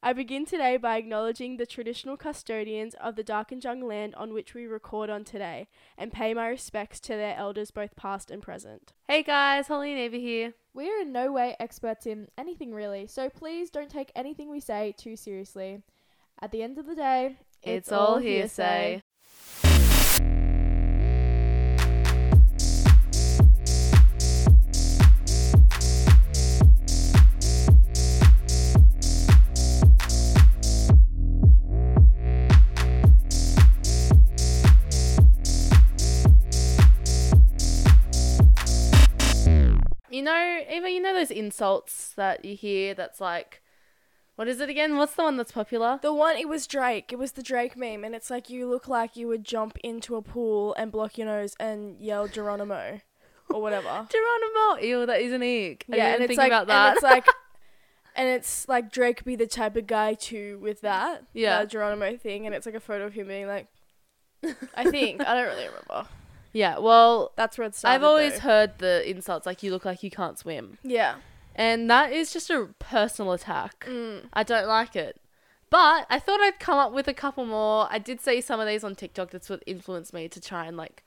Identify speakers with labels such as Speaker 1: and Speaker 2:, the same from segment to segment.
Speaker 1: I begin today by acknowledging the traditional custodians of the Darkinjung land on which we record on today and pay my respects to their elders both past and present.
Speaker 2: Hey guys, Holly and Ava here.
Speaker 1: We're in no way experts in anything really, so please don't take anything we say too seriously. At the end of the day,
Speaker 2: It's, all hearsay. You know, Ava, you know those insults that you hear that's like, what is it again? What's the one that's popular?
Speaker 1: The one, it was Drake. It was the Drake meme, and it's like you look like you would jump into a pool and block your nose and yell Geronimo or whatever.
Speaker 2: Geronimo. Ew, that is an eek. I
Speaker 1: yeah,
Speaker 2: didn't
Speaker 1: and it's
Speaker 2: think
Speaker 1: like,
Speaker 2: about that.
Speaker 1: and it's like, and it's like Drake be the type of guy to with that,
Speaker 2: Yeah.
Speaker 1: that Geronimo thing, and it's like a photo of him being like, I think I don't really remember.
Speaker 2: yeah, well,
Speaker 1: That's where it started.
Speaker 2: I've always
Speaker 1: though.
Speaker 2: heard the insults like, you look like you can't swim.
Speaker 1: yeah,
Speaker 2: And that is just a personal attack.
Speaker 1: Mm.
Speaker 2: I don't like it. But I thought I'd come up with a couple more. I did see some of these on TikTok. That's what influenced me to try and like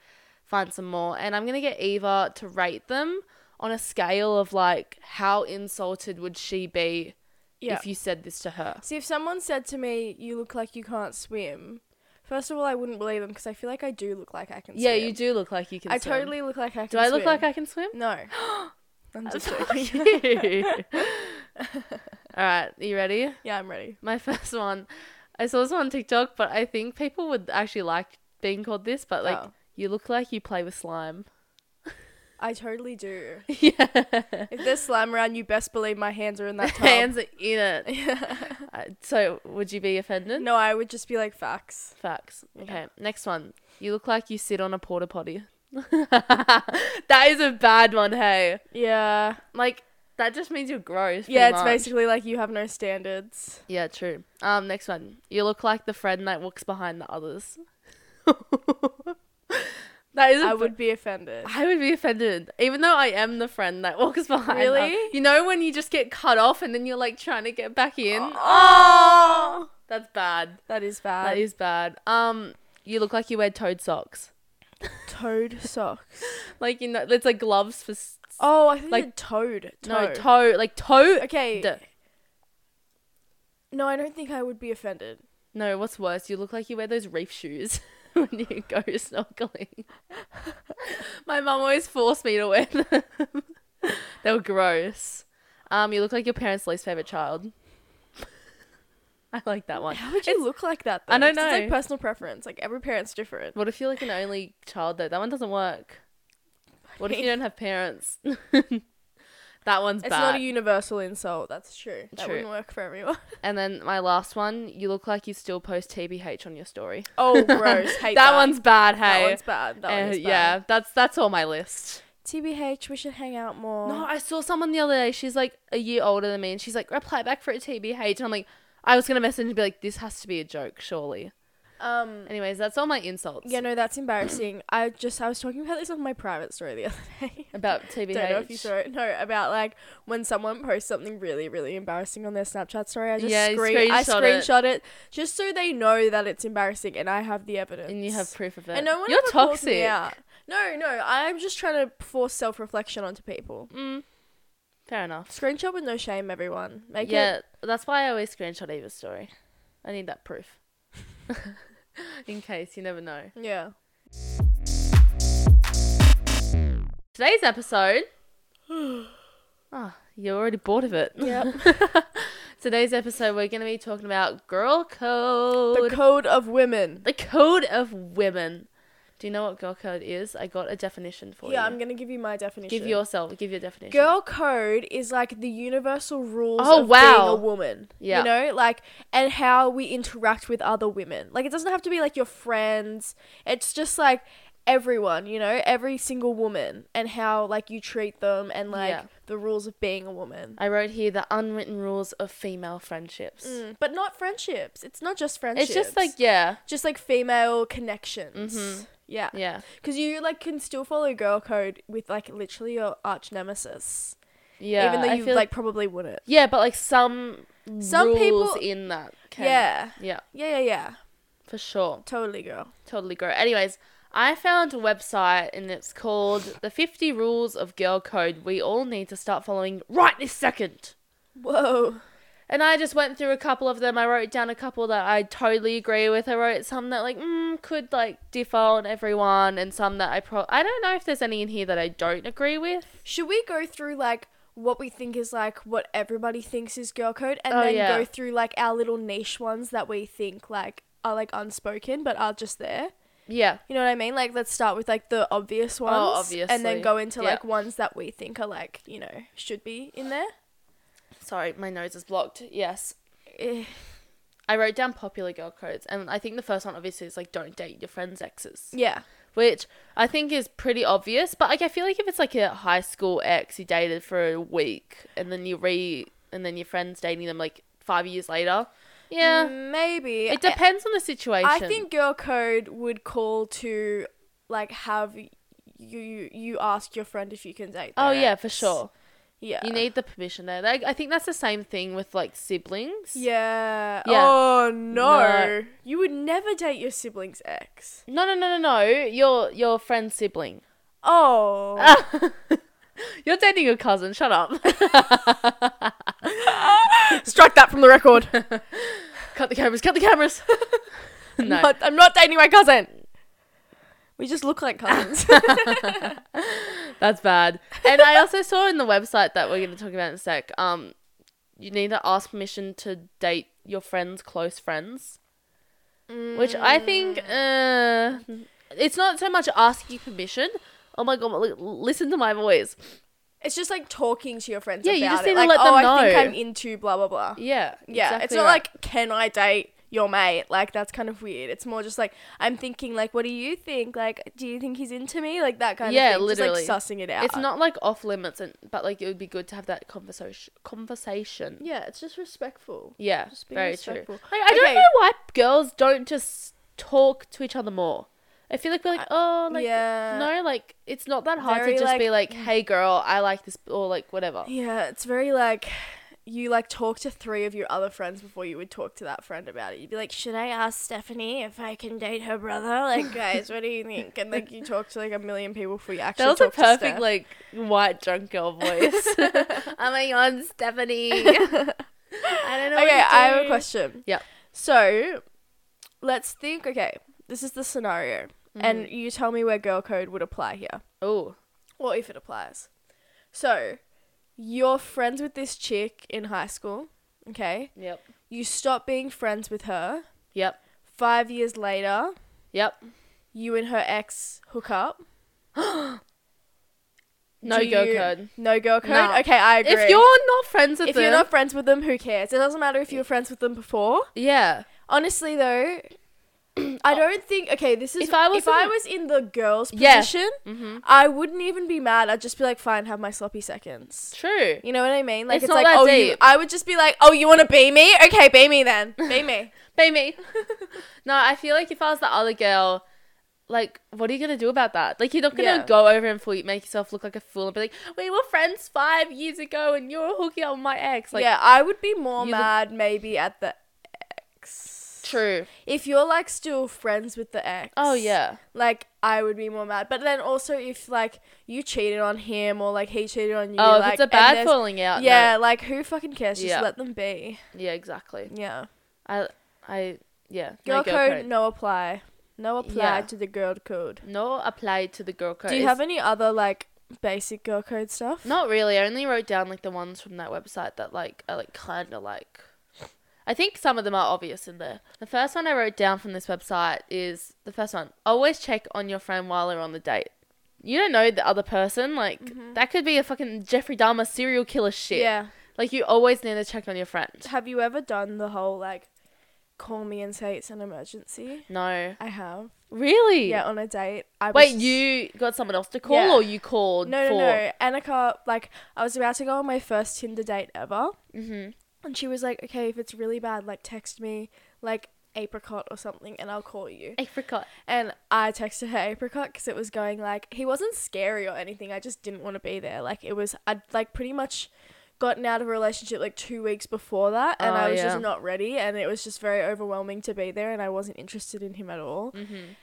Speaker 2: find some more. And I'm going to get Eva to rate them on a scale of like how insulted would she be
Speaker 1: yeah.
Speaker 2: if you said this to her?
Speaker 1: See, if someone said to me, "You look like you can't swim," first of all, I wouldn't believe them because I feel like I do look like I can.
Speaker 2: Yeah,
Speaker 1: swim.
Speaker 2: you do look like you can
Speaker 1: I
Speaker 2: swim.
Speaker 1: totally look like I can.
Speaker 2: Do I look
Speaker 1: swim.
Speaker 2: like I can swim?
Speaker 1: No. I'm just joking.
Speaker 2: All right, you ready?
Speaker 1: Yeah, I'm ready.
Speaker 2: My first one. I saw this one on TikTok, but I think people would actually like being called this, but like
Speaker 1: Oh.
Speaker 2: you look like you play with slime.
Speaker 1: I totally do.
Speaker 2: yeah.
Speaker 1: If there's slime around, you best believe my hands are in that tub.
Speaker 2: Hands are in it. I- so would you be offended?
Speaker 1: No, I would just be like facts.
Speaker 2: Facts. Okay. Next one. You look like you sit on a porta potty. that is a bad one, hey.
Speaker 1: Yeah.
Speaker 2: Like that just means you're gross.
Speaker 1: Yeah,
Speaker 2: pretty
Speaker 1: it's
Speaker 2: much.
Speaker 1: basically like you have no standards.
Speaker 2: Yeah, true. Um, next one. You look like the friend that walks behind the others. that is. a
Speaker 1: I
Speaker 2: b-
Speaker 1: would be offended.
Speaker 2: I would be offended, even though I am the friend that walks behind.
Speaker 1: Really?
Speaker 2: the- you know when you just get cut off and then you're like trying to get back in.
Speaker 1: Oh,
Speaker 2: That's bad.
Speaker 1: that is Uh, bad.
Speaker 2: that is bad. Um, you look like you wear toad socks.
Speaker 1: toad socks.
Speaker 2: Like you know, it's like gloves for s-
Speaker 1: Oh, I think
Speaker 2: Like-
Speaker 1: like toad.
Speaker 2: no
Speaker 1: Toad.
Speaker 2: toe, like toe.
Speaker 1: Okay.
Speaker 2: D-
Speaker 1: No, I don't think I would be offended.
Speaker 2: No, what's worse? You look like you wear those reef shoes when you go snorkeling. My mum always forced me to wear them. they were gross. Um, you look like your parents' least favorite child. I like that one.
Speaker 1: How would you look like that? Though?
Speaker 2: I don't
Speaker 1: 'Cause It's like
Speaker 2: know.
Speaker 1: personal preference. Like every parent's different.
Speaker 2: What if you're like an only child though? That one doesn't work. What if you don't have parents? that one's
Speaker 1: It's
Speaker 2: bad.
Speaker 1: not a universal insult. That's true. That
Speaker 2: True.
Speaker 1: wouldn't work for everyone.
Speaker 2: and then my last one, you look like you still post TBH on your story.
Speaker 1: Oh, gross. Hate that,
Speaker 2: that, one's bad.
Speaker 1: That
Speaker 2: Hey,
Speaker 1: one's bad. That
Speaker 2: Uh,
Speaker 1: one's bad.
Speaker 2: yeah, that's that's all my list.
Speaker 1: Tbh, we should hang out more.
Speaker 2: No, I saw someone the other day. She's like a year older than me, and she's like, reply back for a TBH. And I'm like, I was gonna message and be like, this has to be a joke, surely.
Speaker 1: um.
Speaker 2: Anyways, that's all my insults
Speaker 1: Yeah, no, that's embarrassing. I just I was talking about this on my private story the other day.
Speaker 2: about TBH.
Speaker 1: Don't know if you saw it. No, about like when someone posts something really, really embarrassing on their Snapchat story. I just
Speaker 2: Yeah, you
Speaker 1: screen- I
Speaker 2: screenshot it.
Speaker 1: screenshot it. just so they know that it's embarrassing, and I have the evidence.
Speaker 2: and you have proof of it.
Speaker 1: and no one
Speaker 2: You're
Speaker 1: ever calls
Speaker 2: toxic.
Speaker 1: me out. No, no, I'm just trying to force self reflection onto people.
Speaker 2: Mm, fair enough.
Speaker 1: Screenshot with no shame, everyone. Make
Speaker 2: yeah,
Speaker 1: it.
Speaker 2: that's why I always screenshot Eva's story. I need that proof. In case you never know.
Speaker 1: Yeah.
Speaker 2: Today's episode. oh, you're already bored of it.
Speaker 1: Yep.
Speaker 2: Today's episode, we're going to be talking about girl code.
Speaker 1: the code of women.
Speaker 2: The code of women. Do you know what girl code is? I got a definition for
Speaker 1: Yeah,
Speaker 2: you.
Speaker 1: I'm gonna give you my definition.
Speaker 2: give yourself. Give your definition.
Speaker 1: Girl code is like the universal rules
Speaker 2: Oh,
Speaker 1: of being
Speaker 2: wow.
Speaker 1: a woman.
Speaker 2: Yeah.
Speaker 1: You know, like and how we interact with other women. Like it doesn't have to be like your friends. It's just like everyone, you know, every single woman and how like you treat them and like
Speaker 2: Yeah.
Speaker 1: the rules of being a woman.
Speaker 2: I wrote here the unwritten rules of female friendships.
Speaker 1: Mm, But not friendships. It's not just friendships.
Speaker 2: It's just like Mm-hmm. yeah,
Speaker 1: just like female connections. Yeah.
Speaker 2: yeah,
Speaker 1: Cuz you like can still follow girl code with like literally your arch nemesis.
Speaker 2: yeah.
Speaker 1: even though
Speaker 2: I
Speaker 1: you
Speaker 2: feel
Speaker 1: like probably wouldn't.
Speaker 2: yeah, but like some
Speaker 1: Some people-
Speaker 2: rules in that. Can.
Speaker 1: Yeah.
Speaker 2: Yeah,
Speaker 1: Yeah, yeah, yeah.
Speaker 2: for sure.
Speaker 1: Totally, girl.
Speaker 2: Totally grow. Anyways, I found a website and it's called The 50 Rules of Girl Code We All Need to Start Following Right This Second.
Speaker 1: Whoa.
Speaker 2: And I just went through a couple of them. I wrote down a couple that I totally agree with. I wrote some that like mm, could like differ on everyone, and some that I pro. I don't know if there's any in here that I don't agree with.
Speaker 1: Should we go through like what we think is like what everybody thinks is girl code and
Speaker 2: Oh,
Speaker 1: then
Speaker 2: yeah.
Speaker 1: go through like our little niche ones that we think like are like unspoken but are just there.
Speaker 2: Yeah,
Speaker 1: You know what I mean? Like let's start with like the obvious ones and
Speaker 2: Oh, obviously.
Speaker 1: then go into
Speaker 2: Yeah.
Speaker 1: like ones that we think are like, you know, should be in there.
Speaker 2: sorry, my nose is blocked. Yes,
Speaker 1: Eh,
Speaker 2: I wrote down popular girl codes, and I think the first one obviously is like don't date your friends' exes.
Speaker 1: Yeah.
Speaker 2: which I think is pretty obvious. But like, I feel like if it's like a high school ex you dated for a week and then you re and then your friends dating them like five years later, yeah,
Speaker 1: Maybe.
Speaker 2: it depends on the situation.
Speaker 1: Mm, I think girl code would call to like have you you ask your friend if you can date.
Speaker 2: Oh
Speaker 1: their
Speaker 2: yeah,
Speaker 1: ex.
Speaker 2: for sure.
Speaker 1: Yeah.
Speaker 2: You need the permission there. Like, I think that's the same thing with like siblings.
Speaker 1: Yeah.
Speaker 2: Yeah.
Speaker 1: Oh no.
Speaker 2: No.
Speaker 1: You would never date your sibling's ex.
Speaker 2: No, no, no, no, no. Your your friend's sibling.
Speaker 1: Oh.
Speaker 2: You're dating your cousin. Shut up.
Speaker 1: Strike that from the record.
Speaker 2: cut the cameras. Cut the cameras. no.
Speaker 1: Not- I'm not dating my cousin. We just look like cousins.
Speaker 2: That's bad. And I also saw in the website that we're going to talk about in a sec. Um, you need to ask permission to date your friends' close friends, which I think uh,
Speaker 1: Mm.
Speaker 2: it's not so much asking permission. Oh my god! li- Listen to my voice.
Speaker 1: it's just like talking to your friends
Speaker 2: Yeah,
Speaker 1: about
Speaker 2: you just
Speaker 1: it.
Speaker 2: need to
Speaker 1: like,
Speaker 2: let
Speaker 1: oh,
Speaker 2: them
Speaker 1: I think
Speaker 2: know.
Speaker 1: I'm into blah blah blah.
Speaker 2: Yeah,
Speaker 1: Yeah, it's
Speaker 2: exactly
Speaker 1: not
Speaker 2: right.
Speaker 1: like can I date your mate? Like that's kind of weird. It's more just like I'm thinking like what do you think? Like do you think he's into me? Like that kind
Speaker 2: Yeah,
Speaker 1: of thing.
Speaker 2: literally.
Speaker 1: Just like sussing it out.
Speaker 2: it's not like off limits, and but like it would be good to have that conversation. Conversation. Yeah,
Speaker 1: Yeah, it's just respectful. Just being
Speaker 2: very
Speaker 1: respectful.
Speaker 2: true. Like, I
Speaker 1: Okay.
Speaker 2: don't know why girls don't just talk to each other more. I feel like we're like, oh, like
Speaker 1: yeah.
Speaker 2: No, like it's not that hard
Speaker 1: Very,
Speaker 2: to just
Speaker 1: like-
Speaker 2: be like, "Hey, girl, I like this," or like whatever.
Speaker 1: Yeah, it's very like you like talk to three of your other friends before you would talk to that friend about it. You'd be like, "Should I ask Stephanie if I can date her brother?" Like, guys, what do you think? And like you talk to like a million people before you actually.
Speaker 2: That was a
Speaker 1: talk to Steph.
Speaker 2: perfect like white drunk girl voice. oh my god, Stephanie! I don't know.
Speaker 1: Okay, I have a question.
Speaker 2: Yep.
Speaker 1: So, let's think. Okay, this is the scenario, and you tell me where girl code would apply here,
Speaker 2: Oh,
Speaker 1: or if it applies. So, you're friends with this chick in high school. Okay,
Speaker 2: yep,
Speaker 1: you stop being friends with her.
Speaker 2: yep,
Speaker 1: Five years later,
Speaker 2: yep.
Speaker 1: you and her ex hook up.
Speaker 2: No
Speaker 1: Do
Speaker 2: girl
Speaker 1: you-
Speaker 2: code.
Speaker 1: No girl code.
Speaker 2: No.
Speaker 1: Okay, I agree.
Speaker 2: If you're not friends with
Speaker 1: if
Speaker 2: them,
Speaker 1: you're not friends with them, who cares? It doesn't matter if you were friends with them before.
Speaker 2: yeah,
Speaker 1: Honestly, though, I don't think. Okay, this is
Speaker 2: If I was
Speaker 1: if I
Speaker 2: in-
Speaker 1: was in the girls'
Speaker 2: Yeah.
Speaker 1: position,
Speaker 2: mm-hmm.
Speaker 1: I wouldn't even be mad. I'd just be like, fine, have my sloppy seconds.
Speaker 2: true.
Speaker 1: You know what I mean? Like
Speaker 2: It's
Speaker 1: it's,
Speaker 2: not
Speaker 1: like,
Speaker 2: that
Speaker 1: oh, you,
Speaker 2: deep.
Speaker 1: I would just be like, oh, you want to be me? Okay, be me then. Be me.
Speaker 2: Baby. no, I feel like if I was the other girl, like, what are you gonna do about that? Like, you're not gonna
Speaker 1: Yeah.
Speaker 2: go over and fool, make yourself look like a fool and be like, "We were friends five years ago, and you're hooking up with my ex." Like,
Speaker 1: yeah, I would be more
Speaker 2: you look-
Speaker 1: mad maybe at the ex.
Speaker 2: true.
Speaker 1: If you're like still friends with the ex.
Speaker 2: Oh yeah,
Speaker 1: Like I would be more mad, but then also if like you cheated on him or like he cheated on you.
Speaker 2: Oh,
Speaker 1: like,
Speaker 2: if it's a
Speaker 1: and
Speaker 2: bad
Speaker 1: there's-
Speaker 2: falling out. no.
Speaker 1: Yeah, like who fucking cares? Just
Speaker 2: Yeah.
Speaker 1: let them be.
Speaker 2: Yeah, exactly.
Speaker 1: Yeah.
Speaker 2: I, I, yeah.
Speaker 1: Girl,
Speaker 2: no
Speaker 1: code, no apply. No apply
Speaker 2: Yeah.
Speaker 1: to the girl code.
Speaker 2: No apply to the girl code.
Speaker 1: Do you
Speaker 2: Is-
Speaker 1: have any other like basic girl code stuff?
Speaker 2: Not really. I only wrote down like the ones from that website that like are like kind of like. I think some of them are obvious in there. The first one I wrote down from this website is the first one. Always check on your friend while they're on the date. You don't know the other person. Like that could be a fucking Jeffrey Dahmer serial killer shit.
Speaker 1: Mm-hmm. Yeah.
Speaker 2: Like you always need to check on your friend.
Speaker 1: Have you ever done the whole like call me and say it's an emergency?
Speaker 2: No.
Speaker 1: I have.
Speaker 2: Really?
Speaker 1: Yeah, on a date. I was
Speaker 2: Wait,
Speaker 1: just-
Speaker 2: you got someone else to call,
Speaker 1: Yeah.
Speaker 2: or you called?
Speaker 1: No,
Speaker 2: for...
Speaker 1: no, no. Annika, like I was about to go on my first Tinder date ever,
Speaker 2: Mm-hmm.
Speaker 1: and she was like, "Okay, if it's really bad, like text me, like apricot or something, and I'll call you."
Speaker 2: I forgot.
Speaker 1: And I texted her apricot because it was going like he wasn't scary or anything. I just didn't want to be there. Like it was, I'd like pretty much gotten out of a relationship like two weeks before that, and
Speaker 2: Oh,
Speaker 1: I was
Speaker 2: yeah.
Speaker 1: just not ready, and it was just very overwhelming to be there, and I wasn't interested in him at all.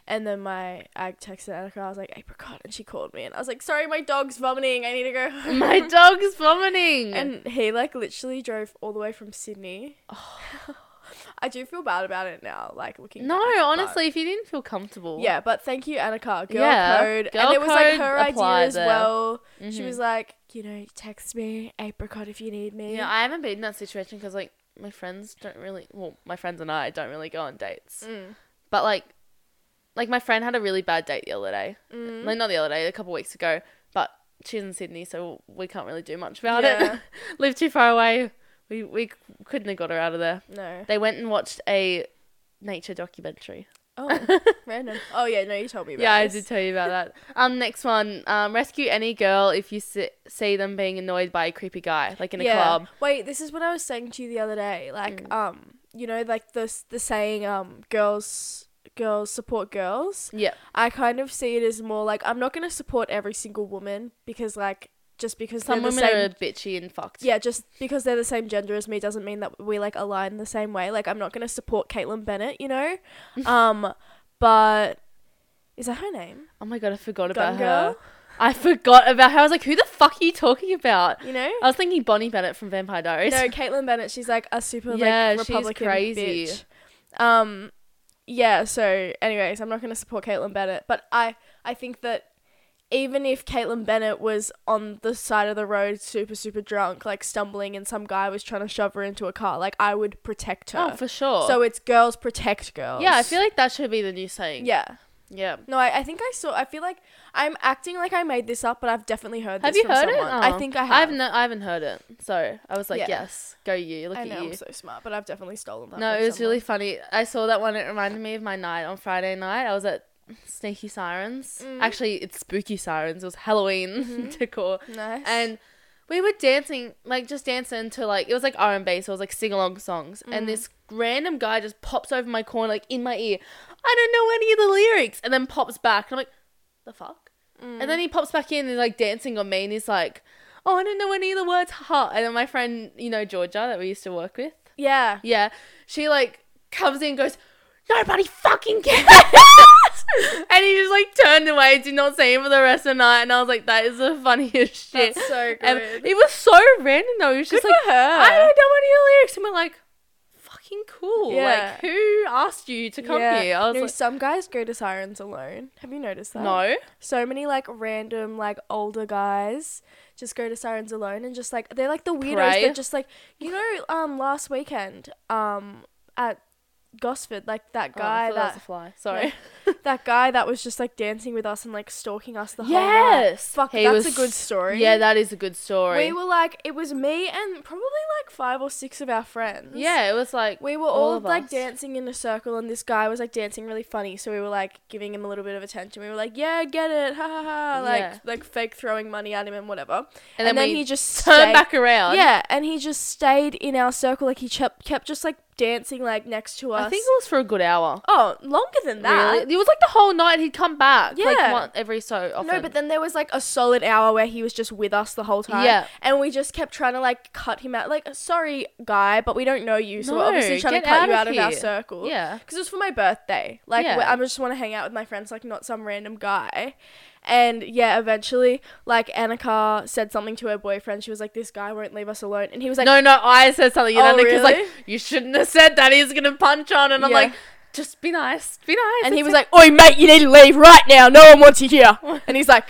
Speaker 1: And then my I texted Annika, I was like apricot, and she called me, and I was like, sorry, my dog's vomiting, I need to go. home."
Speaker 2: My dog's vomiting.
Speaker 1: and he like literally drove all the way from Sydney. I do feel bad about it now, like looking.
Speaker 2: Oh. no,
Speaker 1: back, but-
Speaker 2: honestly, if you didn't feel comfortable,
Speaker 1: yeah, but thank you, Annika. Girl
Speaker 2: Yeah,
Speaker 1: code.
Speaker 2: girl
Speaker 1: and it was like
Speaker 2: code
Speaker 1: her idea
Speaker 2: applied
Speaker 1: as
Speaker 2: there.
Speaker 1: well. She
Speaker 2: Mhm.
Speaker 1: was like, you know, text me, apricot if you need me.
Speaker 2: Yeah, I haven't been in that situation because like my friends don't really. Well, my friends and I don't really go on dates.
Speaker 1: Mm.
Speaker 2: But like, like my friend had a really bad date the other day.
Speaker 1: Mm.
Speaker 2: Like not the other day, a couple weeks ago. But she's in Sydney, so we can't really do much about
Speaker 1: Yeah.
Speaker 2: it. Live too far away. We we couldn't have got her out of there.
Speaker 1: No.
Speaker 2: They went and watched a nature documentary.
Speaker 1: Oh, random. Oh yeah, no, you told me. About
Speaker 2: Yeah, I
Speaker 1: this.
Speaker 2: did tell you about that. Um, next one. Um, rescue any girl if you si- see them being annoyed by a creepy guy, like in a club.
Speaker 1: Wait, this is what I was saying to you the other day. Like,
Speaker 2: Mm.
Speaker 1: um, you know, like the the saying, um, girls girls support girls.
Speaker 2: Yeah.
Speaker 1: I kind of see it as more like I'm not gonna support every single woman because like just because
Speaker 2: Some
Speaker 1: they're the
Speaker 2: women
Speaker 1: same
Speaker 2: are bitchy and fucked.
Speaker 1: yeah, just because they're the same gender as me doesn't mean that we like align the same way. Like I'm not gonna support Caitlyn Bennett, you know. um, but is that her name?
Speaker 2: Oh my god, I forgot
Speaker 1: Gone
Speaker 2: about
Speaker 1: Girl,
Speaker 2: her. I forgot about her. I was like, who the fuck are you talking about?
Speaker 1: you know.
Speaker 2: I was thinking Bonnie Bennett from Vampire Diaries.
Speaker 1: No, Caitlyn Bennett. She's like a super
Speaker 2: Yeah,
Speaker 1: like
Speaker 2: she's
Speaker 1: Republican
Speaker 2: crazy.
Speaker 1: bitch. Um, yeah. So, anyways, I'm not gonna support Caitlyn Bennett, but I I think that even if Caitlyn Bennett was on the side of the road, super super drunk, like stumbling, and some guy was trying to shove her into a car, like I would protect her.
Speaker 2: oh, for sure.
Speaker 1: So it's girls protect girls.
Speaker 2: yeah, I feel like that should be the new saying.
Speaker 1: Yeah.
Speaker 2: Yeah.
Speaker 1: No, I, I think I saw. I feel like I'm acting like I made this up, but I've definitely heard
Speaker 2: Have
Speaker 1: this
Speaker 2: you
Speaker 1: from
Speaker 2: heard
Speaker 1: someone.
Speaker 2: it?
Speaker 1: I
Speaker 2: Oh.
Speaker 1: think I have.
Speaker 2: I haven't. I haven't heard it. So I was like,
Speaker 1: Yeah.
Speaker 2: yes, go you. Look
Speaker 1: I
Speaker 2: at
Speaker 1: know
Speaker 2: you.
Speaker 1: I'm so smart, but I've definitely stolen that.
Speaker 2: No,
Speaker 1: from
Speaker 2: it was
Speaker 1: someone.
Speaker 2: really funny. I saw that one. It reminded me of my night on Friday night. I was at Sneaky Sirens.
Speaker 1: Mm. Mm-hmm.
Speaker 2: Actually, it's Spooky Sirens. It was Halloween decor,
Speaker 1: nice.
Speaker 2: and we were dancing, like just dancing to like it was like R and B, so it was like sing along songs.
Speaker 1: Mm.
Speaker 2: And this random guy just pops over my corner, like in my ear. I don't know any of the lyrics, and then pops back, and I'm like, the fuck. And
Speaker 1: Mm.
Speaker 2: then he pops back in and he's like dancing on me, and he's like, oh, I don't know any of the words, ha. And then my friend, you know Georgia, that we used to work with.
Speaker 1: yeah.
Speaker 2: Yeah. She like comes in and goes, Nobody fucking cares And he just like turned away, did not see him for the rest of the night and I was like, That is the funniest shit.
Speaker 1: That's so
Speaker 2: and
Speaker 1: good.
Speaker 2: it was so random though. It was just
Speaker 1: Good
Speaker 2: like
Speaker 1: for her.
Speaker 2: I don't know any of the lyrics and we're like, fucking cool.
Speaker 1: Yeah.
Speaker 2: Like who asked you to come
Speaker 1: Yeah.
Speaker 2: here? I was
Speaker 1: no,
Speaker 2: like
Speaker 1: some guys go to sirens alone. Have you noticed that?
Speaker 2: No.
Speaker 1: So many like random like older guys just go to sirens alone and just like they're like the weirdos.
Speaker 2: Pray.
Speaker 1: They're just like you know um last weekend um at Gosford like that guy
Speaker 2: oh, I thought that, was a
Speaker 1: that
Speaker 2: fly. Sorry.
Speaker 1: that guy that was just like dancing with us and like stalking us the whole night.
Speaker 2: yes.
Speaker 1: Fuck,
Speaker 2: He
Speaker 1: that's
Speaker 2: was-
Speaker 1: a good story.
Speaker 2: Yeah, that is a good story.
Speaker 1: we were like it was me and probably like five or six of our friends.
Speaker 2: yeah, it was like
Speaker 1: We were
Speaker 2: All
Speaker 1: all,
Speaker 2: of
Speaker 1: like
Speaker 2: us.
Speaker 1: dancing in a circle, and this guy was like dancing really funny. So we were like giving him a little bit of attention. We were like, "Yeah, get it, ha ha ha!" Like
Speaker 2: Yeah.
Speaker 1: like fake throwing money at him and whatever.
Speaker 2: and then, we
Speaker 1: he just
Speaker 2: turned
Speaker 1: stayed-
Speaker 2: back around.
Speaker 1: Yeah, and he just stayed in our circle. Like he kept kept just like dancing like next to us.
Speaker 2: I think it was for a good hour.
Speaker 1: oh, longer than that.
Speaker 2: Really? It was like the whole night he'd come back. Like
Speaker 1: Yeah.
Speaker 2: one, every so often.
Speaker 1: No, but then there was like a solid hour where he was just with us the whole time.
Speaker 2: Yeah.
Speaker 1: And we just kept trying to like cut him out. Like, sorry, guy, but we don't know you. So
Speaker 2: No,
Speaker 1: we're obviously trying
Speaker 2: get
Speaker 1: to cut
Speaker 2: out
Speaker 1: you
Speaker 2: of
Speaker 1: out of our
Speaker 2: here.
Speaker 1: circle.
Speaker 2: Yeah.
Speaker 1: Because it was for my birthday. Like,
Speaker 2: Yeah.
Speaker 1: wh- I just want to hang out with my friends, like, not some random guy. And yeah, eventually, like, Annika said something to her boyfriend. She was like, this guy won't leave us alone. And he was like,
Speaker 2: no, no, I said something. And
Speaker 1: Oh,
Speaker 2: then because like
Speaker 1: really?
Speaker 2: you shouldn't have said that. He's gonna punch on, and I'm
Speaker 1: Yeah.
Speaker 2: like, just be nice, be nice.
Speaker 1: and he
Speaker 2: It's
Speaker 1: was like, Oi, mate, you need to leave right now. No one wants you here. And he's like,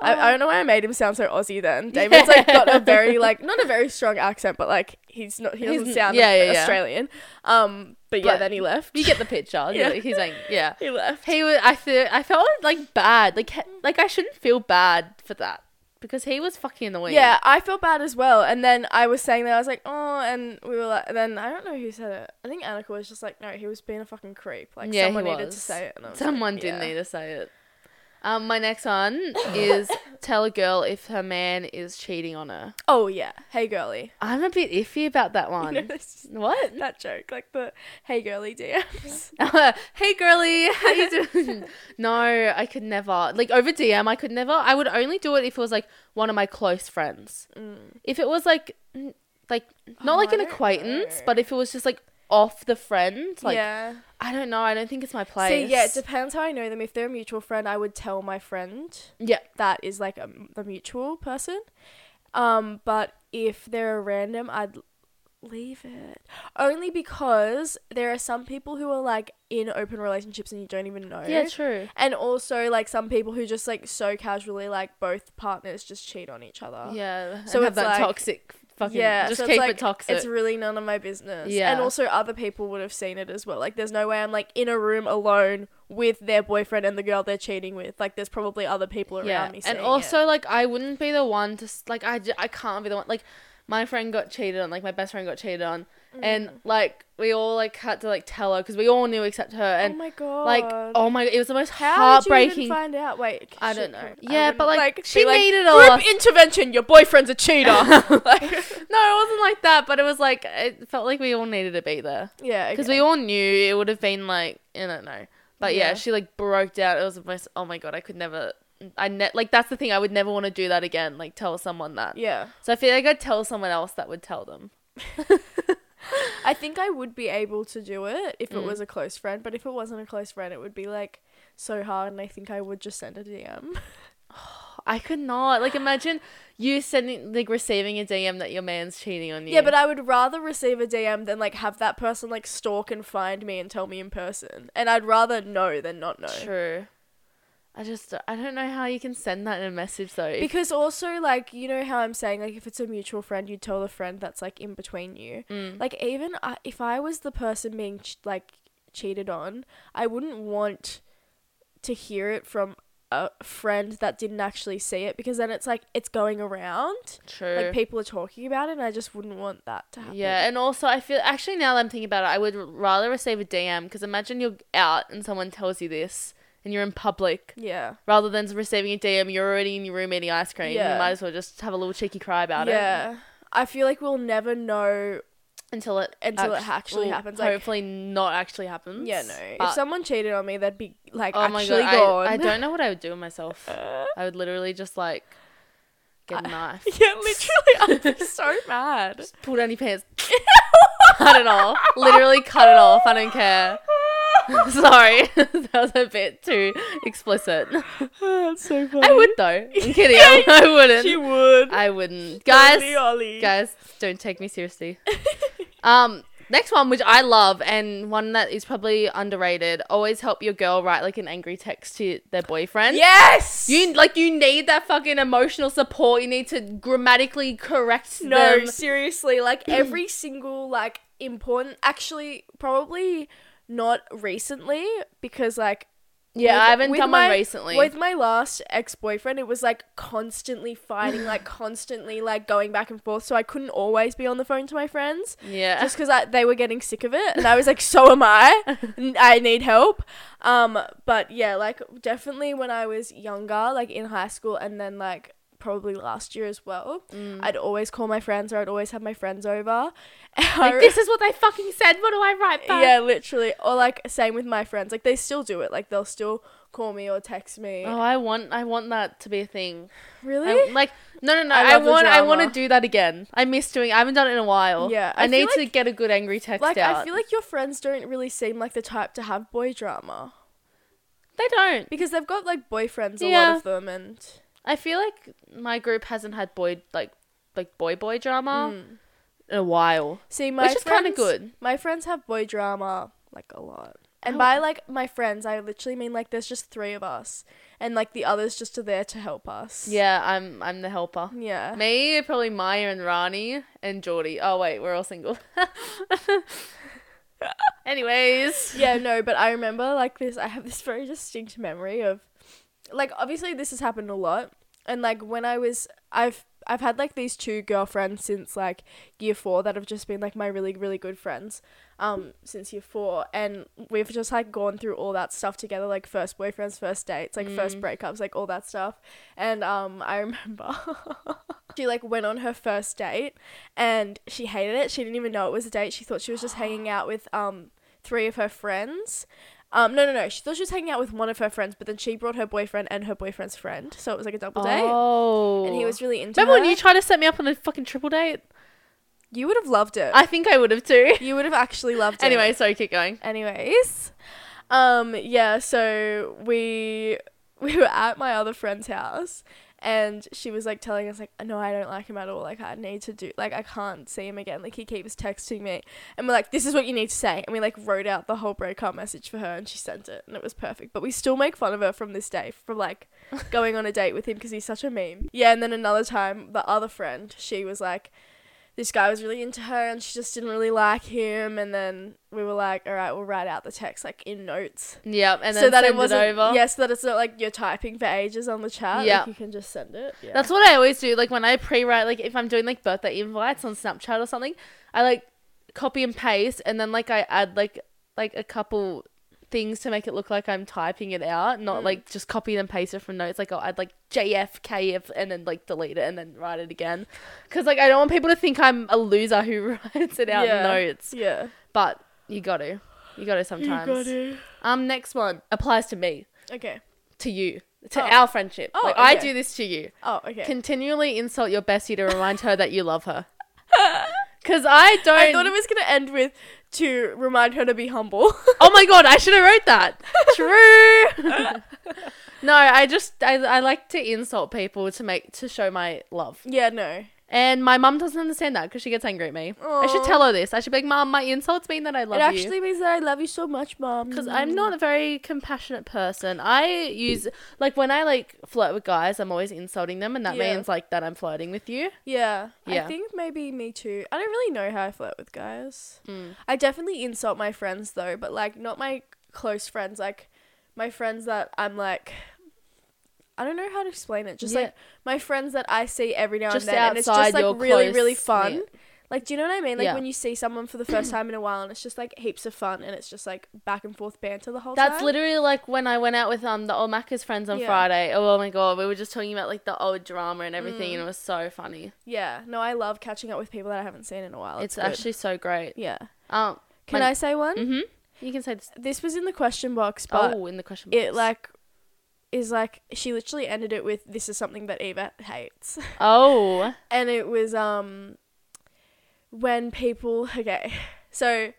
Speaker 2: Oh.
Speaker 1: I, I don't know why I made him sound so Aussie then. David's like got a very like not a very strong accent, but like he's not he
Speaker 2: He's
Speaker 1: doesn't
Speaker 2: n-
Speaker 1: sound
Speaker 2: yeah, yeah, yeah.
Speaker 1: Australian. Um, but yeah,
Speaker 2: But-
Speaker 1: then he left.
Speaker 2: you get the picture.
Speaker 1: Yeah.
Speaker 2: yeah. He's like, yeah.
Speaker 1: He left.
Speaker 2: He was. I feel. I felt like bad. Like he- like I shouldn't feel bad for that because he was fucking annoying.
Speaker 1: Yeah, I felt bad as well. And then I was saying that I was like, oh, and we were like, and then I don't know who said it. I think Annika was just like, no, he was being a fucking creep. Like
Speaker 2: Yeah, he
Speaker 1: someone needed to
Speaker 2: was.
Speaker 1: say it. And I was
Speaker 2: Someone
Speaker 1: like,
Speaker 2: did
Speaker 1: yeah.
Speaker 2: need to say it. Um, my next one is tell a girl if her man is cheating on her.
Speaker 1: Oh yeah, hey girly.
Speaker 2: I'm a bit iffy about that one. what?
Speaker 1: that joke, like the hey girly DMs.
Speaker 2: hey girly, how you doing? no, I could never. Like over DM, I could never. I would only do it if it was like one of my close friends. If it was like, n- like not
Speaker 1: Mm. Oh,
Speaker 2: like
Speaker 1: I
Speaker 2: an
Speaker 1: don't
Speaker 2: acquaintance,
Speaker 1: know.
Speaker 2: but if it was just like off the friend, like
Speaker 1: yeah.
Speaker 2: I don't know. I don't think it's my
Speaker 1: See,
Speaker 2: place.
Speaker 1: yeah, it depends how I know them. If they're a mutual friend, I would tell my friend
Speaker 2: yeah.
Speaker 1: that is like a, the mutual person. Um, but if they're a random, I'd l- leave it only because there are some people who are like in open relationships and you don't even know.
Speaker 2: Yeah, true.
Speaker 1: and also like some people who just like so casually like both partners just cheat on each other.
Speaker 2: Yeah.
Speaker 1: So
Speaker 2: and
Speaker 1: it's
Speaker 2: have that
Speaker 1: like-
Speaker 2: toxic fucking.
Speaker 1: Yeah,
Speaker 2: Just
Speaker 1: so it's
Speaker 2: keep
Speaker 1: like-
Speaker 2: it toxic.
Speaker 1: It's really none of my business.
Speaker 2: Yeah.
Speaker 1: And also other people would have seen it as well. Like there's no way I'm like in a room alone with their boyfriend and the girl they're cheating with. Like there's probably other people around me seeing
Speaker 2: and
Speaker 1: it.
Speaker 2: also like i wouldn't be the one to s- like I, j- I can't be the one like my friend got cheated on like my best friend got cheated on
Speaker 1: Mm.
Speaker 2: and like we all like had to like tell her because we all knew except her
Speaker 1: oh
Speaker 2: and
Speaker 1: my god.
Speaker 2: like oh my it was the most
Speaker 1: How Did you
Speaker 2: heartbreaking
Speaker 1: even find out? Wait,
Speaker 2: I
Speaker 1: shit,
Speaker 2: don't know.
Speaker 1: I
Speaker 2: Yeah,
Speaker 1: wouldn't,
Speaker 2: but, like,
Speaker 1: be
Speaker 2: she needed
Speaker 1: group
Speaker 2: us."
Speaker 1: intervention. Your boyfriend's a cheater. like,
Speaker 2: no it wasn't like that but it was like it felt like we all needed to be there
Speaker 1: yeah,
Speaker 2: because
Speaker 1: okay.
Speaker 2: we all knew it would have been like i don't know but yeah.
Speaker 1: Yeah.
Speaker 2: she like broke down it was the most oh my god i could never i ne- like that's the thing i would never want to do that again like tell someone that
Speaker 1: yeah.
Speaker 2: so i feel like i'd tell someone else that would tell them
Speaker 1: I think I would be able to do it if it
Speaker 2: Mm.
Speaker 1: was a close friend, but if it wasn't a close friend, it would be like so hard, and I think I would just send a DM.
Speaker 2: I could not. Like, imagine you sending, like, receiving a DM that your man's cheating on you.
Speaker 1: Yeah. but I would rather receive a DM than like have that person like stalk and find me and tell me in person, and I'd rather know than not know.
Speaker 2: true. I just, I don't know how you can send that in a message though. If-
Speaker 1: Because also, like, you know how I'm saying, like, if it's a mutual friend, you'd tell the friend that's, like, in between you.
Speaker 2: Mm.
Speaker 1: Like, even I, if I was the person being, ch- like, cheated on, I wouldn't want to hear it from a friend that didn't actually see it because then it's, like, it's going around.
Speaker 2: true.
Speaker 1: Like, people are talking about it, and I just wouldn't want that to happen.
Speaker 2: yeah, and also I feel actually now that I'm thinking about it, I would r- rather receive a DM because imagine you're out and someone tells you this and you're in public
Speaker 1: Yeah.
Speaker 2: rather than receiving a DM. You're already in your room eating ice cream. You
Speaker 1: Yeah.
Speaker 2: might as well just have a little cheeky cry about it
Speaker 1: yeah. I feel like we'll never know.
Speaker 2: until it
Speaker 1: Until it actually
Speaker 2: well,
Speaker 1: happens, like-
Speaker 2: hopefully, not actually happens.
Speaker 1: Yeah, no.
Speaker 2: Mm. but-
Speaker 1: if someone cheated on me, that'd be, like,
Speaker 2: oh my
Speaker 1: actually
Speaker 2: god, I-
Speaker 1: gone.
Speaker 2: I, don't know what I would do with myself. I would literally just like get a
Speaker 1: I-
Speaker 2: knife,
Speaker 1: yeah, literally, I'd be so mad.
Speaker 2: just pull down your pants, cut it off, literally cut it off. I don't care. Sorry, that was a bit too explicit.
Speaker 1: That's so funny.
Speaker 2: I would though. I'm kidding. I, I wouldn't.
Speaker 1: She would.
Speaker 2: I wouldn't.
Speaker 1: Only
Speaker 2: Guys,
Speaker 1: Ollie.
Speaker 2: guys, don't take me seriously. Um, next one, which I love, and one that is probably underrated. Always help your girl write like an angry text to their boyfriend.
Speaker 1: Yes.
Speaker 2: You like you need that fucking emotional support. You need to grammatically correct
Speaker 1: no,
Speaker 2: them.
Speaker 1: seriously, like every single like important. Actually, probably not recently because like
Speaker 2: Yeah,
Speaker 1: with-
Speaker 2: I haven't
Speaker 1: with
Speaker 2: done
Speaker 1: my-
Speaker 2: one recently.
Speaker 1: With my last ex boyfriend, it was like constantly fighting, like constantly like going back and forth. So I couldn't always be on the phone to my friends.
Speaker 2: yeah,
Speaker 1: just because they were getting sick of it and i was like so am i N- i need help um but yeah like definitely when i was younger like in high school and then like probably last year as well
Speaker 2: Mm.
Speaker 1: i'd always call my friends or i'd always have my friends over I
Speaker 2: like this is what they fucking said. What do I write back?
Speaker 1: yeah literally or like same with my friends like they still do it like they'll still call me or text me
Speaker 2: Oh, I want, I want that to be a thing. I-
Speaker 1: really
Speaker 2: like, no, no, no.
Speaker 1: I
Speaker 2: I,
Speaker 1: love the
Speaker 2: want, I want to
Speaker 1: drama.
Speaker 2: do that again. I miss doing. I haven't done it in a while.
Speaker 1: Yeah,
Speaker 2: I,
Speaker 1: I feel
Speaker 2: need to get a good angry text
Speaker 1: like
Speaker 2: out.
Speaker 1: i feel like your friends don't really seem like the type to have boy drama
Speaker 2: they don't.
Speaker 1: because they've got like boyfriends a
Speaker 2: Yeah.
Speaker 1: lot of them and
Speaker 2: I feel like my group hasn't had boy like, like boy boy drama
Speaker 1: Mm.
Speaker 2: in a while,
Speaker 1: See, my
Speaker 2: which is kind of
Speaker 1: friends-
Speaker 2: good.
Speaker 1: My friends have boy drama like a lot, and
Speaker 2: Oh.
Speaker 1: by like my friends, I literally mean like there's just three of us, and like the others just are there to help us.
Speaker 2: Yeah, I'm, I'm the helper.
Speaker 1: yeah.
Speaker 2: Me, probably Maya and Rani and Geordie. Oh wait, we're all single. Anyways.
Speaker 1: yeah, no, but I remember like this. I have this very distinct memory of, like, obviously this has happened a lot, and like when I was, I've I've had like these two girlfriends since like year four that have just been like my really really good friends, um, since year four, and we've just like gone through all that stuff together, like first boyfriends, first dates, like first breakups, like all that stuff, and um, I remember. She like went on her first date and she hated it. She didn't even know it was a date. She thought she was just hanging out with um three of her friends. Um, no, no, no. She thought she was hanging out with one of her friends, but then she brought her boyfriend and her boyfriend's friend, so it was like a double date.
Speaker 2: Oh.
Speaker 1: And he was really into
Speaker 2: Remember
Speaker 1: her.
Speaker 2: when you tried to set me up on a fucking triple date?
Speaker 1: you would have loved it.
Speaker 2: I think I would have too.
Speaker 1: you would have actually loved it.
Speaker 2: anyway, sorry, keep going.
Speaker 1: Anyways, um, yeah. So we we were at my other friend's house, and she was like telling us like, no, I don't like him at all. Like I need to do like I can't see him again. Like he keeps texting me, and we're like, this is what you need to say. And we like wrote out the whole breakup message for her, and she sent it, and it was perfect. But we still make fun of her from this day for like going on a date with him because he's such a meme. Yeah, and then another time, the other friend, she was like this guy was really into her and she just didn't really like him and then we were like all right we'll write out the text like in notes
Speaker 2: Yep, and then so that it wasn't, over.
Speaker 1: yeah so that it's not like you're typing for ages on the chat yeah
Speaker 2: Yeah.
Speaker 1: like, you can just send it yeah
Speaker 2: That's what I always do. Like when I pre-write, like if I'm doing like birthday invites on Snapchat or something, I like copy and paste, and then like I add like like a couple things to make it look like I'm typing it out, not like just copy and paste it from notes. Like I'll add like JF, KF, and then like delete it and then write it again, because like I don't want people to think I'm a loser who writes it out
Speaker 1: Yeah.
Speaker 2: in notes.
Speaker 1: yeah
Speaker 2: But you got to, you got to sometimes. Um, next one applies to me,
Speaker 1: okay
Speaker 2: to you, to
Speaker 1: Oh.
Speaker 2: our friendship.
Speaker 1: Oh,
Speaker 2: like I
Speaker 1: okay.
Speaker 2: do this to you
Speaker 1: oh okay
Speaker 2: continually insult your bestie to remind her that you love her. Cause I don't.
Speaker 1: i thought it was gonna end with to remind her to be humble
Speaker 2: oh my god! I should have wrote that. True. no, I just I, I like to insult people to make to show my love,
Speaker 1: yeah no
Speaker 2: and my mum doesn't understand that because she gets angry at me. I should
Speaker 1: Aw.
Speaker 2: tell her this. I should be like, "Mum, my insults mean that I love
Speaker 1: it
Speaker 2: you."
Speaker 1: actually means that i love you so much mom
Speaker 2: because I'm not a very compassionate person. I use like when I like flirt with guys, I'm always insulting them, and that
Speaker 1: Yeah.
Speaker 2: means like that I'm flirting with you.
Speaker 1: Yeah, I
Speaker 2: Yeah.
Speaker 1: think maybe me too. I don't really know how I flirt with guys.
Speaker 2: Mm.
Speaker 1: I definitely insult my friends though, but like not my close friends, like my friends that I'm like I don't know how to explain it. Just
Speaker 2: Yeah.
Speaker 1: like my friends that I see every now
Speaker 2: Just
Speaker 1: and then and it's just
Speaker 2: outside
Speaker 1: like
Speaker 2: your
Speaker 1: really really
Speaker 2: close
Speaker 1: fun.
Speaker 2: knit.
Speaker 1: Like do you know what I mean? Like
Speaker 2: Yeah.
Speaker 1: when you see someone for the first time in a while and it's just like heaps of fun and it's just like back and forth banter the whole time.
Speaker 2: That's literally like when I went out with um the old Macca's friends on
Speaker 1: Yeah.
Speaker 2: Friday. Oh, my god, we were just talking about like the old drama and
Speaker 1: Mm.
Speaker 2: everything, and it was so funny.
Speaker 1: Yeah. No, I love catching up with people that I haven't seen in a while.
Speaker 2: it's
Speaker 1: It's, good.
Speaker 2: actually so great.
Speaker 1: Yeah.
Speaker 2: Um,
Speaker 1: Can I say one?
Speaker 2: hmm You can say this.
Speaker 1: This was in the question box, but
Speaker 2: Oh, in the question box.
Speaker 1: it like is like she literally ended it with this is something that Eva hates.
Speaker 2: oh,
Speaker 1: And it was um when people okay. So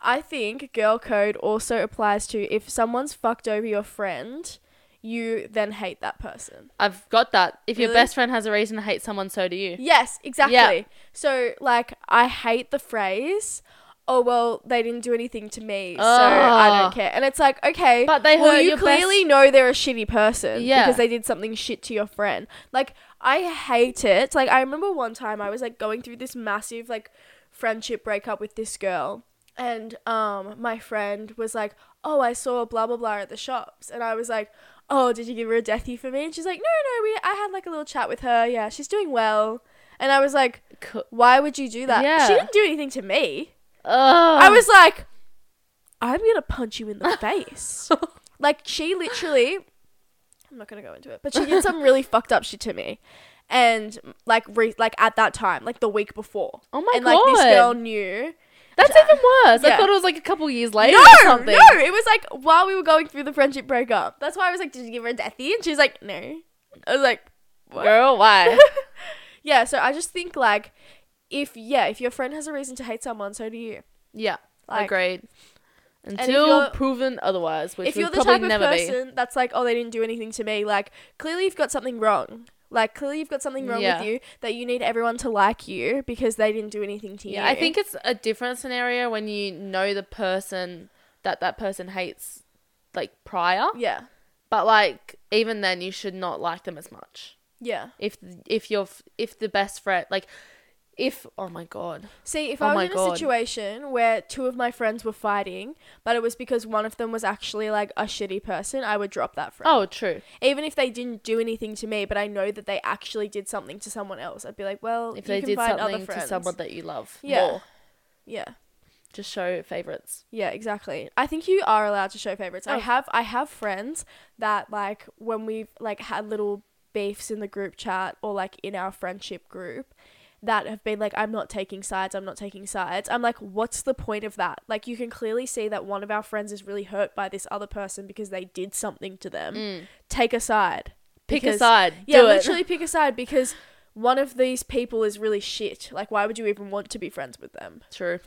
Speaker 1: I think girl code also applies to if someone's fucked over your friend, you then hate that person.
Speaker 2: I've got that. If your
Speaker 1: Really?
Speaker 2: best friend has a reason to hate someone, so do you.
Speaker 1: Yes, exactly. So like I hate the phrase Oh well, they didn't do anything to me, so I
Speaker 2: Ugh.
Speaker 1: don't care. And it's like, okay,
Speaker 2: Ah. But they
Speaker 1: well,
Speaker 2: hurt
Speaker 1: you
Speaker 2: your best-
Speaker 1: clearly know they're a shitty person
Speaker 2: Yeah.
Speaker 1: because they did something shit to your friend. Like I hate it. Like I remember one time I was like going through this massive like friendship breakup with this girl, and um my friend was like, "Oh, I saw blah blah blah at the shops," and I was like. Oh, did you give her a deathy for me? And she's like, no, no, we. I had like a little chat with her. Yeah, she's doing well. And I was like,
Speaker 2: Co-
Speaker 1: why would you do that?
Speaker 2: Yeah.
Speaker 1: She didn't do anything to me.
Speaker 2: Oh,
Speaker 1: I was like, I'm gonna punch you in the face. like she literally, I'm not gonna go into it, but she did some really fucked up shit to me, and like re- like at that time, like the week before.
Speaker 2: Oh my
Speaker 1: and, like this
Speaker 2: God.
Speaker 1: girl knew.
Speaker 2: That's even worse.
Speaker 1: Yeah.
Speaker 2: I thought it was like a couple years later
Speaker 1: No,
Speaker 2: or
Speaker 1: no,
Speaker 2: something.
Speaker 1: it was like while we were going through the friendship breakup. That's why I was like, did you give her a deathy? And she was like, no. I was like, what?
Speaker 2: Girl, why?
Speaker 1: yeah. So I just think like, if yeah, if your friend has a reason to hate someone, so do you.
Speaker 2: yeah,
Speaker 1: Like-
Speaker 2: agreed.
Speaker 1: if
Speaker 2: Until
Speaker 1: you're-
Speaker 2: proven otherwise, which
Speaker 1: if you're
Speaker 2: would
Speaker 1: the
Speaker 2: probably
Speaker 1: type of
Speaker 2: never be.
Speaker 1: person that's like, oh, they didn't do anything to me, like clearly you've got something wrong. Like clearly you've got something wrong
Speaker 2: Yeah.
Speaker 1: with you that you need everyone to like you because they didn't do anything to
Speaker 2: Yeah,
Speaker 1: you.
Speaker 2: I think it's a different scenario when you know the person that that person hates, like prior.
Speaker 1: yeah,
Speaker 2: But like even then, you should not like them as much.
Speaker 1: yeah,
Speaker 2: If if you're if the best friend like if oh my god,
Speaker 1: See, if
Speaker 2: Oh
Speaker 1: I
Speaker 2: my
Speaker 1: was in a
Speaker 2: God.
Speaker 1: situation where two of my friends were fighting, but it was because one of them was actually like a shitty person, I would drop that friend.
Speaker 2: oh true.
Speaker 1: Even if they didn't do anything to me, but I know that they actually did something to someone else, I'd be like, well,
Speaker 2: If
Speaker 1: you
Speaker 2: they
Speaker 1: can
Speaker 2: did
Speaker 1: find other
Speaker 2: something to
Speaker 1: friends.
Speaker 2: someone that you love,
Speaker 1: Yeah.
Speaker 2: more.
Speaker 1: Yeah.
Speaker 2: just show favorites.
Speaker 1: Yeah, exactly. I think you are allowed to show favorites. I
Speaker 2: Oh.
Speaker 1: have I have friends that like when we've like had little beefs in the group chat or like in our friendship group that have been like I'm not taking sides, I'm not taking sides. I'm like what's the point of that? Like you can clearly see that one of our friends is really hurt by this other person because they did something to them. Take a side.
Speaker 2: Pick a
Speaker 1: Mm. Because-
Speaker 2: side.
Speaker 1: Yeah,
Speaker 2: Mm. do
Speaker 1: literally pick a side because one of these people is really shit. Like why would you even want to be friends with them?
Speaker 2: it. True.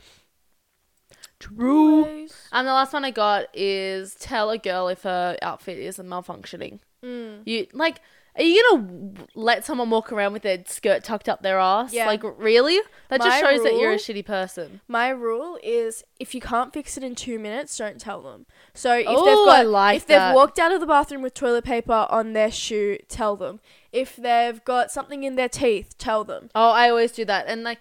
Speaker 2: True. And the last one I got is tell a girl if her outfit is malfunctioning.
Speaker 1: Mm.
Speaker 2: You like, are you gonna w- let someone walk around with their skirt tucked up their ass?
Speaker 1: Yeah.
Speaker 2: Like, really? That
Speaker 1: My
Speaker 2: just shows that you're a
Speaker 1: rule-
Speaker 2: shitty person.
Speaker 1: My rule is if you can't fix it in two minutes, don't tell them. So if
Speaker 2: Oh,
Speaker 1: they've got,
Speaker 2: I like
Speaker 1: if they've
Speaker 2: that.
Speaker 1: walked out of the bathroom with toilet paper on their shoe, tell them. If they've got something in their teeth, tell them.
Speaker 2: Oh, I always do that. And like,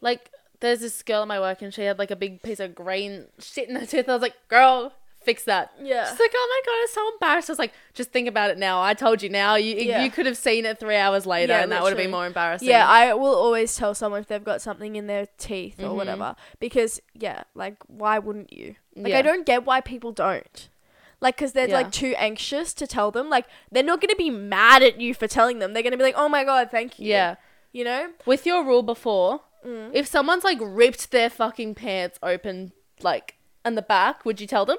Speaker 2: like, there's this girl at my work, and she had like a big piece of green shit in her tooth. I was like, girl, fix that.
Speaker 1: Yeah.
Speaker 2: She's like, oh my god, it's so embarrassed. I was like, just think about it now. I told you now. You
Speaker 1: Yeah.
Speaker 2: you could have seen it three hours later,
Speaker 1: Yeah,
Speaker 2: and that would have been
Speaker 1: literally.
Speaker 2: more embarrassing.
Speaker 1: Yeah, I will always tell someone if they've got something in their teeth or
Speaker 2: Mhm.
Speaker 1: whatever because yeah, like why wouldn't you? Like
Speaker 2: Yeah.
Speaker 1: I don't get why people don't. Like cuz they're
Speaker 2: Yeah.
Speaker 1: like too anxious to tell them. Like they're not going to be mad at you for telling them. They're going to be like, "Oh my god, thank you."
Speaker 2: yeah.
Speaker 1: You know?
Speaker 2: With your rule before,
Speaker 1: Mm.
Speaker 2: if someone's like ripped their fucking pants open, like in the back, would you tell them?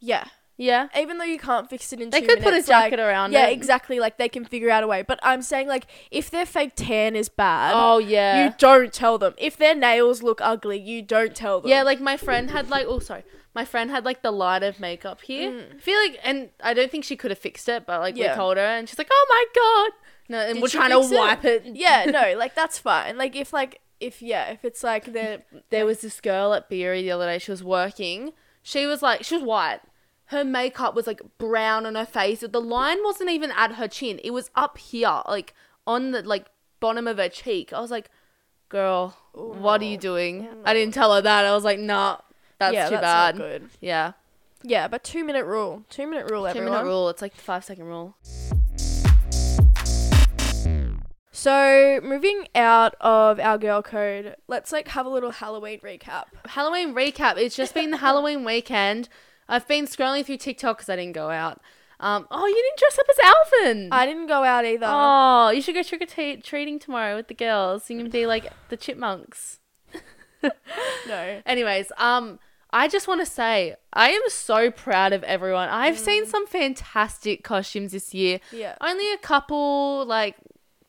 Speaker 1: Yeah.
Speaker 2: Yeah.
Speaker 1: even though you can't fix it in
Speaker 2: They
Speaker 1: two
Speaker 2: could put a
Speaker 1: minutes,
Speaker 2: jacket
Speaker 1: like-
Speaker 2: around
Speaker 1: yeah
Speaker 2: it.
Speaker 1: exactly like they can figure out a way but i'm saying like if their fake tan is bad
Speaker 2: Oh yeah.
Speaker 1: you don't tell them if their nails look ugly you don't tell them
Speaker 2: yeah, like my friend had like oh sorry, my friend had like the line of makeup here. I feel like, and I don't think she could have fixed it, but like
Speaker 1: Mm. Yeah.
Speaker 2: we told her, and she's like, oh my god. No, and
Speaker 1: Did
Speaker 2: we're
Speaker 1: she
Speaker 2: trying to
Speaker 1: fix it?
Speaker 2: wipe it.
Speaker 1: yeah no like that's fine like if like if yeah if it's like they're
Speaker 2: there was this girl at Beery the other day. She was working. She was like, she was white. Her makeup was like brown on her face. The line wasn't even at her chin. It was up here, like on the like bottom of her cheek. I was like, girl, what are you doing? I didn't tell her that. I was like, nah, that's
Speaker 1: yeah,
Speaker 2: too
Speaker 1: that's
Speaker 2: bad.
Speaker 1: not good.
Speaker 2: Yeah,
Speaker 1: yeah but two minute rule two minute rule
Speaker 2: two
Speaker 1: everyone
Speaker 2: minute rule. It's like the five second rule.
Speaker 1: so moving out of our girl code let's like have a little halloween recap
Speaker 2: Halloween recap. It's just been the Halloween weekend. I've been scrolling through TikTok because I didn't go out. Um, oh, you didn't dress up as Alvin.
Speaker 1: i didn't go out either
Speaker 2: Oh, you should go trick or treat- treating tomorrow with the girls. You can be like the chipmunks.
Speaker 1: no
Speaker 2: Anyways, um, I just want to say I am so proud of everyone. I've seen some fantastic costumes this year.
Speaker 1: yeah
Speaker 2: Only a couple like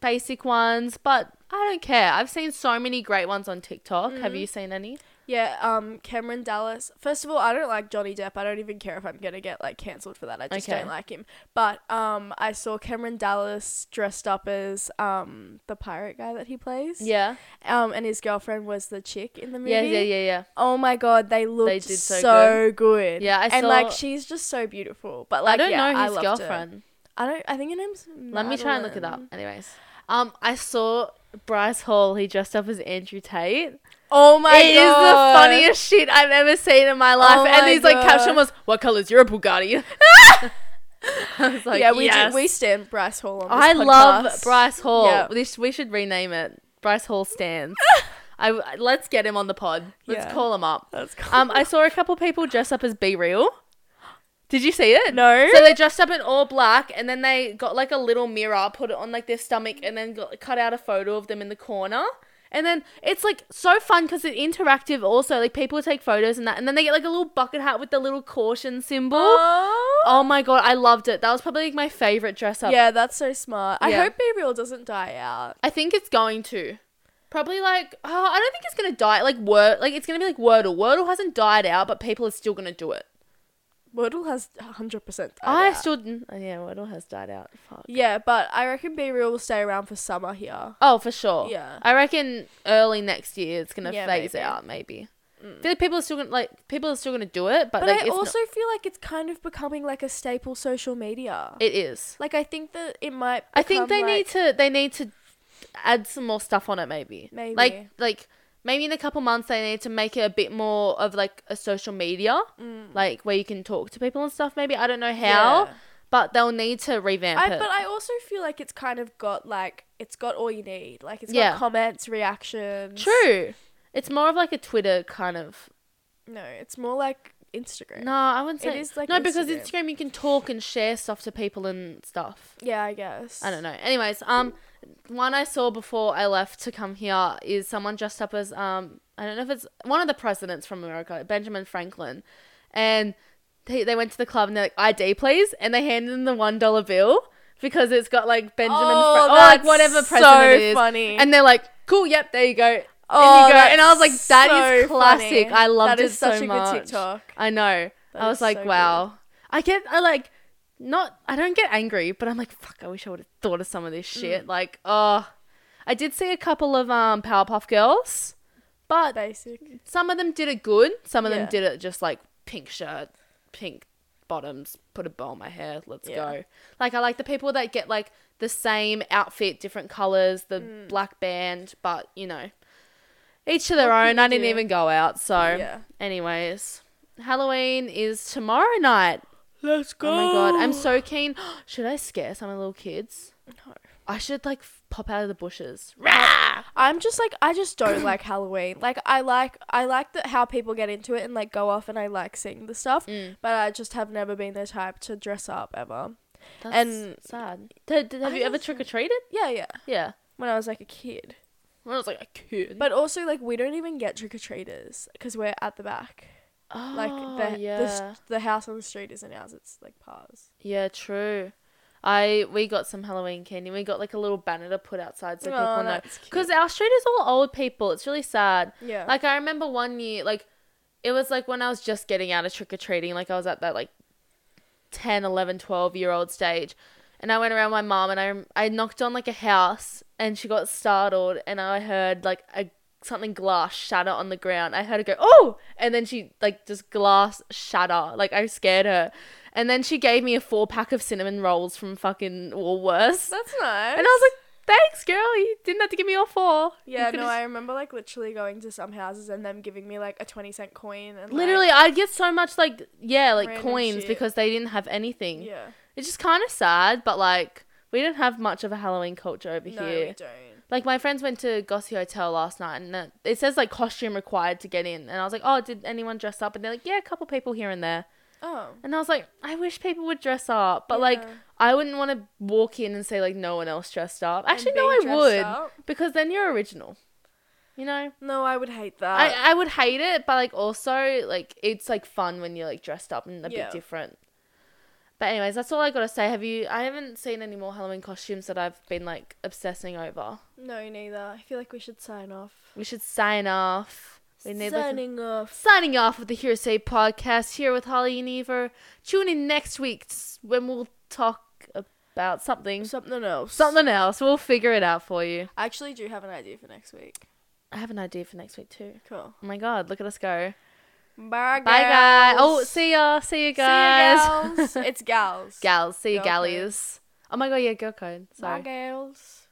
Speaker 2: basic ones, but I don't care. I've seen so many great ones on TikTok. Have you seen any?
Speaker 1: Yeah, um, Cameron Dallas. First of all, I don't like Johnny Depp. I don't even care if I'm gonna get like cancelled for that. I just
Speaker 2: Okay.
Speaker 1: don't like him. But um, I saw Cameron Dallas dressed up as um the pirate guy that he plays.
Speaker 2: Yeah.
Speaker 1: Um, and his girlfriend was the chick in the movie.
Speaker 2: Yeah, yeah, yeah, yeah.
Speaker 1: Oh my god, they looked
Speaker 2: did so
Speaker 1: so, good.
Speaker 2: Yeah, I
Speaker 1: and like
Speaker 2: saw-
Speaker 1: she's just so beautiful. But like,
Speaker 2: I don't
Speaker 1: yeah,
Speaker 2: know his
Speaker 1: loved her.
Speaker 2: girlfriend.
Speaker 1: I don't. I think her name's.
Speaker 2: Let me try and look it up.
Speaker 1: Madeline.
Speaker 2: Anyways. Um, I saw Bryce Hall, he dressed up as Andrew Tate.
Speaker 1: Oh my
Speaker 2: It is
Speaker 1: god,
Speaker 2: the funniest shit I've ever seen in my life.
Speaker 1: Oh
Speaker 2: and
Speaker 1: my
Speaker 2: his like
Speaker 1: God.
Speaker 2: caption was, "What color's your Bugatti?" I was like,
Speaker 1: yeah, we
Speaker 2: yes.
Speaker 1: do, we stand Bryce Hall on. This
Speaker 2: I love
Speaker 1: podcast.
Speaker 2: Bryce Hall.
Speaker 1: Yeah.
Speaker 2: This we should rename it. Bryce Hall stands. I let's get him on the pod. Let's
Speaker 1: Yeah.
Speaker 2: call him up.
Speaker 1: That's cool.
Speaker 2: Um, I saw a couple people dress up as Be Real. Did you see it?
Speaker 1: No.
Speaker 2: So they dressed up in all black, and then they got like a little mirror, put it on like their stomach, and then got, cut out a photo of them in the corner. And then it's like so fun because it's interactive. Also, like people take photos and that, and then they get like a little bucket hat with the little caution symbol. Oh, my god, I loved it. That was probably like my favorite dress up.
Speaker 1: Yeah, that's so smart. I
Speaker 2: Yeah.
Speaker 1: hope Be Real doesn't die out.
Speaker 2: I think it's going to. Probably like oh, I don't think it's gonna die. Like word, like it's gonna be like Wordle. Wordle hasn't died out, but people are still gonna do it.
Speaker 1: Wordle has 100% died
Speaker 2: I
Speaker 1: out.
Speaker 2: still didn't- oh, yeah, Wordle has died out. Fuck.
Speaker 1: Yeah, but I reckon Be Real will stay around for summer here.
Speaker 2: Oh, for sure.
Speaker 1: Yeah.
Speaker 2: I reckon early next year it's gonna
Speaker 1: Yeah,
Speaker 2: phase
Speaker 1: maybe. Mm.
Speaker 2: out. Maybe. I feel like people are still gonna like people are still gonna do it, but,
Speaker 1: But
Speaker 2: like
Speaker 1: I
Speaker 2: it's not-
Speaker 1: also feel like it's kind of becoming like a staple social media.
Speaker 2: it is.
Speaker 1: like I think that it might
Speaker 2: I think
Speaker 1: become,
Speaker 2: they need
Speaker 1: like-
Speaker 2: to they need to just add some more stuff on it, maybe.
Speaker 1: Maybe.
Speaker 2: Like, like maybe in a couple months they need to make it a bit more of like a social media, like where you can talk to people and stuff. Maybe I don't know
Speaker 1: Mm.
Speaker 2: how,
Speaker 1: Yeah.
Speaker 2: but they'll need to revamp
Speaker 1: I,
Speaker 2: it.
Speaker 1: but I also feel like it's kind of got like it's got all you need. Like it's
Speaker 2: Yeah.
Speaker 1: got comments, reactions.
Speaker 2: True. It's more of like a Twitter kind of.
Speaker 1: No, it's more like Instagram.
Speaker 2: No, I wouldn't
Speaker 1: It
Speaker 2: say.
Speaker 1: is like
Speaker 2: no, because
Speaker 1: Instagram.
Speaker 2: Instagram you can talk and share stuff to people and stuff.
Speaker 1: Yeah, I guess.
Speaker 2: I don't know. Anyways, um, one I saw before I left to come here is someone dressed up as um, I don't know if it's one of the presidents from America, Benjamin Franklin, and they they went to the club and they're like ID please, and they handed them the one dollar bill because it's got like Benjamin
Speaker 1: Oh,
Speaker 2: Fra- or like
Speaker 1: that's
Speaker 2: whatever
Speaker 1: so
Speaker 2: president it is,
Speaker 1: funny.
Speaker 2: and they're like, cool, yep, there you go.
Speaker 1: Oh,
Speaker 2: and, you go.
Speaker 1: that's
Speaker 2: and I was like, that is
Speaker 1: so funny.
Speaker 2: classic. I loved
Speaker 1: That
Speaker 2: it
Speaker 1: is
Speaker 2: so
Speaker 1: such a good
Speaker 2: much.
Speaker 1: TikTok.
Speaker 2: I know.
Speaker 1: That
Speaker 2: I was
Speaker 1: is
Speaker 2: like,
Speaker 1: so good.
Speaker 2: wow. I get, I like, not, I don't get angry, but I'm like, fuck, I wish I would have thought of some of this
Speaker 1: Mm.
Speaker 2: shit. Like, oh, I did see a couple of um Powerpuff Girls, but
Speaker 1: Basic.
Speaker 2: some of them did it good. Some of
Speaker 1: Yeah.
Speaker 2: them did it just like pink shirt, pink bottoms, put a bow on my hair, let's
Speaker 1: Yeah.
Speaker 2: go. Like, I like the people that get like the same outfit, different colors, the
Speaker 1: Mm.
Speaker 2: black band, but you know, each to their
Speaker 1: What
Speaker 2: own.
Speaker 1: people
Speaker 2: I didn't
Speaker 1: do.
Speaker 2: even go out, so.
Speaker 1: Yeah.
Speaker 2: Anyways, Halloween is tomorrow night.
Speaker 1: Let's go.
Speaker 2: Oh my god, I'm so keen. Should I scare some of the little kids?
Speaker 1: No.
Speaker 2: I should like f- pop out of the bushes. Rah!
Speaker 1: I'm just like I just don't like Halloween. Like I like I like that how people get into it and like go off and I like seeing the stuff,
Speaker 2: Mm.
Speaker 1: but I just have never been the type to dress up ever.
Speaker 2: That's
Speaker 1: And-
Speaker 2: sad. Did, did- have
Speaker 1: I
Speaker 2: you ever
Speaker 1: don't-
Speaker 2: trick or treated?
Speaker 1: Yeah, yeah.
Speaker 2: Yeah.
Speaker 1: When I was like a kid.
Speaker 2: When I was like a kid.
Speaker 1: But also like we don't even get trick or treaters because we're at the back.
Speaker 2: oh,
Speaker 1: Like the,
Speaker 2: yeah.
Speaker 1: the s- the house on the street isn't ours. It's like Pa's.
Speaker 2: yeah, true. I we got some Halloween candy. We got like a little banner to put outside so people know. Because our street is all old people. It's really sad.
Speaker 1: yeah,
Speaker 2: Like I remember one year, like it was like when I was just getting out of trick or treating, like I was at that like 10, 11, 12 year old stage. And I went around my mom and I rem- I knocked on like a house and she got startled and I heard like a something glass shatter on the ground. I heard her go, "Oh!" and then she like just glass shatter. Like I scared her. And then she gave me a four pack of cinnamon rolls from fucking Woolworths.
Speaker 1: that's nice.
Speaker 2: And I was like, "Thanks, girl. You didn't have to give me all four. You
Speaker 1: yeah,
Speaker 2: could've
Speaker 1: no, I remember like literally going to some houses and them giving me like a twenty cent coin and like,
Speaker 2: Literally, I'd get so much like yeah, like
Speaker 1: Random
Speaker 2: coins
Speaker 1: shit.
Speaker 2: because they didn't have anything.
Speaker 1: yeah.
Speaker 2: It's just kind of sad, but like we don't have much of a Halloween culture over
Speaker 1: No, we
Speaker 2: here.
Speaker 1: don't.
Speaker 2: Like my friends went to Gossy Hotel last night, and it- it says like costume required to get in, and I was like, oh, did anyone dress up? And they're like, yeah, a couple people here and there,
Speaker 1: Oh.
Speaker 2: and I was like, I wish people would dress up, but like
Speaker 1: Yeah.
Speaker 2: I wouldn't want to walk in and say like no one else dressed up. Actually, no,
Speaker 1: being
Speaker 2: I
Speaker 1: dressed
Speaker 2: would
Speaker 1: up.
Speaker 2: because then you're original. You know,
Speaker 1: No, I would hate that.
Speaker 2: I, I would hate it, but like also like it's like fun when you're like dressed up and a
Speaker 1: Yeah.
Speaker 2: bit different. But anyways, that's all I gotta say. Have you? I haven't seen any more Halloween costumes that I've been like obsessing over.
Speaker 1: no, neither. I feel like we should sign off.
Speaker 2: We should sign off. We need like,
Speaker 1: Signing off.
Speaker 2: signing off with the Hearsay podcast here with Holly and Eva. Tune in next week s- when we'll talk about something,
Speaker 1: Something else.
Speaker 2: Mm. something else. We'll figure it out for you.
Speaker 1: I actually do have an idea for next week.
Speaker 2: I have an idea for next week too.
Speaker 1: Cool.
Speaker 2: Oh my god, look at us go!
Speaker 1: Bye,
Speaker 2: Bye guys. Oh,
Speaker 1: gals.
Speaker 2: see ya. See you
Speaker 1: See ya,
Speaker 2: guys.
Speaker 1: gals. it's gals.
Speaker 2: gals. See you,
Speaker 1: Girl code.
Speaker 2: galleys. Oh my god, yeah, girl code.
Speaker 1: Bye,
Speaker 2: Sorry.
Speaker 1: gals.